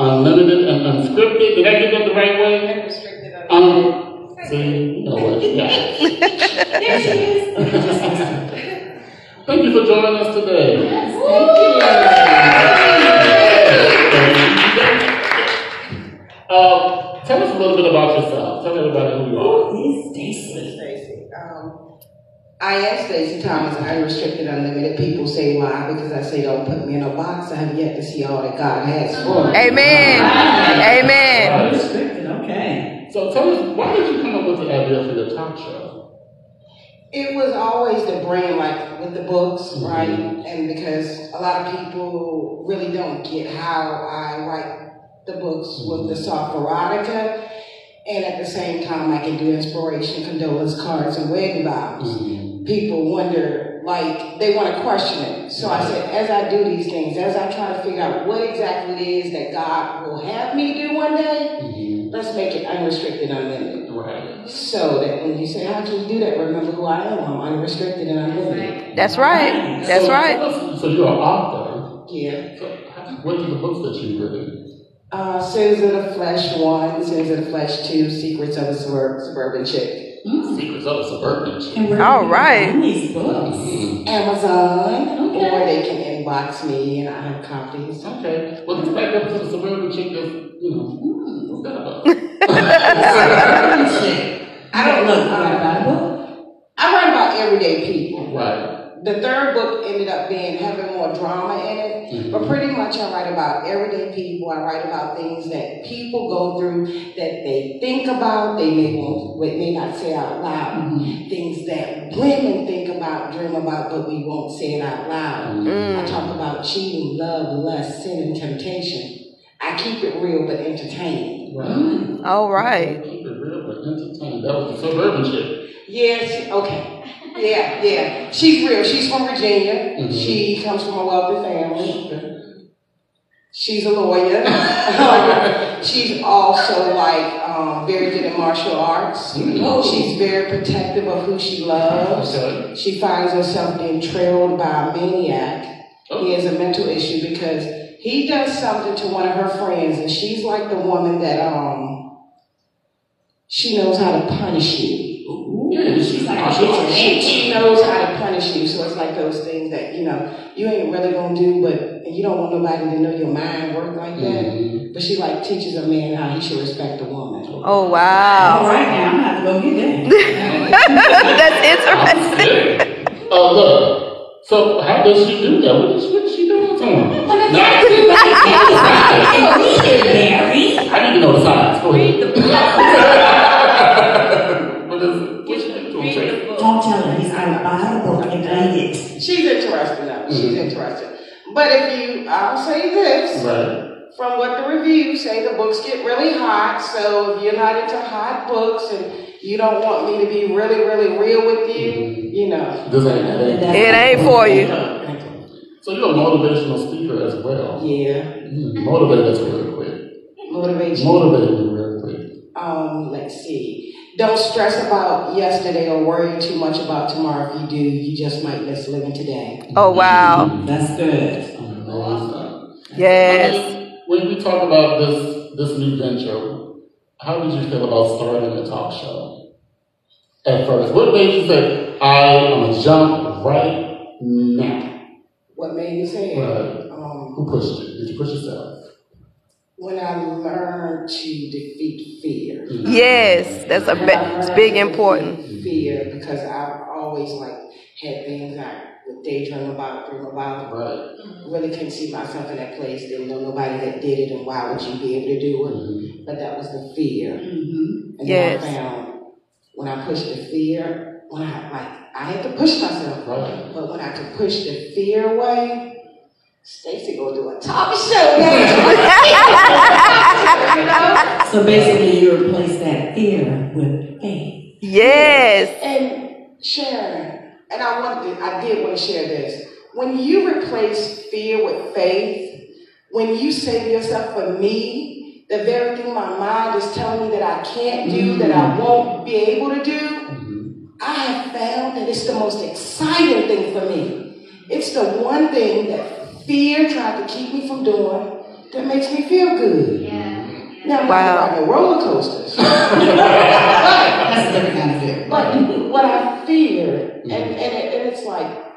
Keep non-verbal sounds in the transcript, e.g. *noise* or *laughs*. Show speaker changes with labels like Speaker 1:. Speaker 1: unlimited and unscripted. Did I get that the right way?
Speaker 2: Unrestricted.
Speaker 1: Um, see, you know what? You got it.
Speaker 2: There she is.
Speaker 1: *laughs* Thank you for joining us today. Uh, tell us a little bit about yourself. Tell everybody who you are.
Speaker 3: Miss Stacy.
Speaker 2: Stacy. Um, I am Stacy Thomas, Unrestricted Unlimited. People say why? Because I say don't put me in a box. I have yet to see all that God has for me.
Speaker 4: Amen. Amen.
Speaker 3: Oh, scripted, okay.
Speaker 1: So tell us, why did you come up with the idea for your talk show?
Speaker 2: It was always the brain, like with the books, right? And because a lot of people really don't get how I write the books with the soft erotica, and at the same time, I can do inspiration, condolence cards, and wedding vows.
Speaker 1: Mm-hmm.
Speaker 2: people wonder, like, they want to question it. So I said, as I do these things, as I try to figure out what exactly it is that God will have me do one day,
Speaker 1: Mhm.
Speaker 2: let's make it unrestricted, unlimited.
Speaker 1: Right.
Speaker 2: So that when you say, how can you do that, remember who I am. I'm unrestricted and unlimited.
Speaker 4: That's right. That's
Speaker 1: so,
Speaker 4: right.
Speaker 1: tell us- So you're an author.
Speaker 2: Yeah.
Speaker 1: So how- what are the books that you read?
Speaker 2: Uh, Sins of the Flesh 1, Sins of the Flesh 2, Secrets of a Suburb, Suburban Chick.
Speaker 1: Secrets of a Suburban Chick.
Speaker 3: And where
Speaker 4: All
Speaker 3: can we
Speaker 4: right.
Speaker 3: *laughs* find These books.
Speaker 1: Mhm.
Speaker 2: Amazon,
Speaker 3: Okay.
Speaker 2: or they can inbox me and I have copies.
Speaker 1: Okay. Well, let's back up to the Suburban Chick that's, you know,
Speaker 3: Mm.
Speaker 1: what's that about?
Speaker 3: Suburban chick. I don't know. All right, Bible.
Speaker 2: I write about everyday people.
Speaker 1: Right.
Speaker 2: The third book ended up being having more drama in it, but
Speaker 1: Mhm.
Speaker 2: pretty much I write about everyday people. I write about things that people go through that they think about, they may won't, they may not say out loud.
Speaker 3: Mhm.
Speaker 2: Things that women think about, dream about, but we won't say it out loud.
Speaker 1: Mm-hmm.
Speaker 2: I
Speaker 4: Mm.
Speaker 2: talk about cheating, love, lust, sin, and temptation. I keep it real but entertaining.
Speaker 1: Right.
Speaker 4: All right.
Speaker 1: Keep it real, but entertaining. That was the Suburban Chick.
Speaker 2: Yes, okay. Yeah, yeah. She's real. She's from Virginia.
Speaker 1: Mhm.
Speaker 2: She comes from a wealthy family. She's a lawyer. *laughs* Um, She's also like um, very good at martial arts. Oh,
Speaker 1: Mhm.
Speaker 2: She's very protective of who she loves.
Speaker 1: Okay.
Speaker 2: She finds herself being trailed by a maniac.
Speaker 1: Oh.
Speaker 2: He has a mental issue because he does something to one of her friends, and she's like the woman that um she knows how to punish you.
Speaker 1: Yeah, she's
Speaker 3: She's like,
Speaker 1: oh, she's a
Speaker 2: She, she knows how to punish you, so it's like those things that you know you ain't really gonna do, but and you don't want nobody to know your mind work like that.
Speaker 1: Mhm.
Speaker 2: But she like teaches a man how he should respect a woman.
Speaker 4: Oh
Speaker 3: All
Speaker 4: wow. *laughs*
Speaker 3: right, now I'm gonna have to go get that.
Speaker 4: That's interesting.
Speaker 1: Yeah. *laughs* Oh, look. So how does she do that? What is, what is she doing to him?
Speaker 3: Well,
Speaker 1: Nah, *laughs*
Speaker 3: that's
Speaker 1: I
Speaker 3: Read it, Barry.
Speaker 1: need to know the signs. Go ahead.
Speaker 5: Read the book.
Speaker 1: What is it? What she do to him,
Speaker 5: Read
Speaker 1: Tracy?
Speaker 5: the book.
Speaker 3: Don't tell her he's gonna buy the book and read it.
Speaker 2: She's interesting though. She's
Speaker 1: Mhm.
Speaker 2: interesting. But if you, I'll say this
Speaker 1: Right.
Speaker 2: from what the reviews say, the books get really hot. So if you're not into hot books and you don't want me to be really, really real with you,
Speaker 1: Mhm.
Speaker 2: you know.
Speaker 1: This ain't that.
Speaker 4: It ain't for you.
Speaker 1: So you're a motivational speaker as well.
Speaker 2: Yeah,
Speaker 1: Mm, Motivate us real quick.
Speaker 2: motivate you.
Speaker 1: Motivate me real quick.
Speaker 2: um, let's see. Don't stress about yesterday or worry too much about tomorrow. If you do, you just might miss living today.
Speaker 4: Oh wow.
Speaker 3: That's good.
Speaker 1: Amazing.
Speaker 4: Yes. *laughs*
Speaker 1: When we talk about this this new venture, how did you feel about starting a talk show? At first, what made you say, "I am gonna jump right now"?
Speaker 2: What made me say it?
Speaker 1: Right.
Speaker 2: Um,
Speaker 1: Who pushed you? Did you push yourself?
Speaker 2: when I learned to defeat fear.
Speaker 4: Yes. That's a
Speaker 2: When I
Speaker 4: ba-
Speaker 2: learned
Speaker 4: it's
Speaker 2: to
Speaker 4: big
Speaker 2: defeat
Speaker 4: important.
Speaker 2: Fear because I've always like had things I would daydream about, dream about.
Speaker 1: Right.
Speaker 2: Really couldn't see myself in that place. Didn't know nobody that did it, and why would you be able to do
Speaker 1: Mhm.
Speaker 2: it? But that was the fear.
Speaker 3: Mm-hmm.
Speaker 2: And
Speaker 4: Yes.
Speaker 2: then I found when I pushed the fear, when I like I had to push myself,
Speaker 4: *laughs*
Speaker 1: Right.
Speaker 2: but when I could push the fear away, Stacy gonna do a talk show. now.
Speaker 3: So basically, you replace that fear with faith.
Speaker 4: Yes.
Speaker 2: and Sharon, and I wanted to, I did want to share this. When you replace fear with faith, when you say to yourself, for me, the very thing my mind is telling me that I can't do, that I won't be able to do,
Speaker 1: Mhm.
Speaker 2: I have found that it's the most exciting thing for me. It's the one thing that fear tried to keep me from doing, that makes me feel good. Now, I'm
Speaker 4: Wow.
Speaker 2: not riding roller coasters.
Speaker 3: That's a different kind of fear.
Speaker 2: But what I fear, and, and, it, and it's like,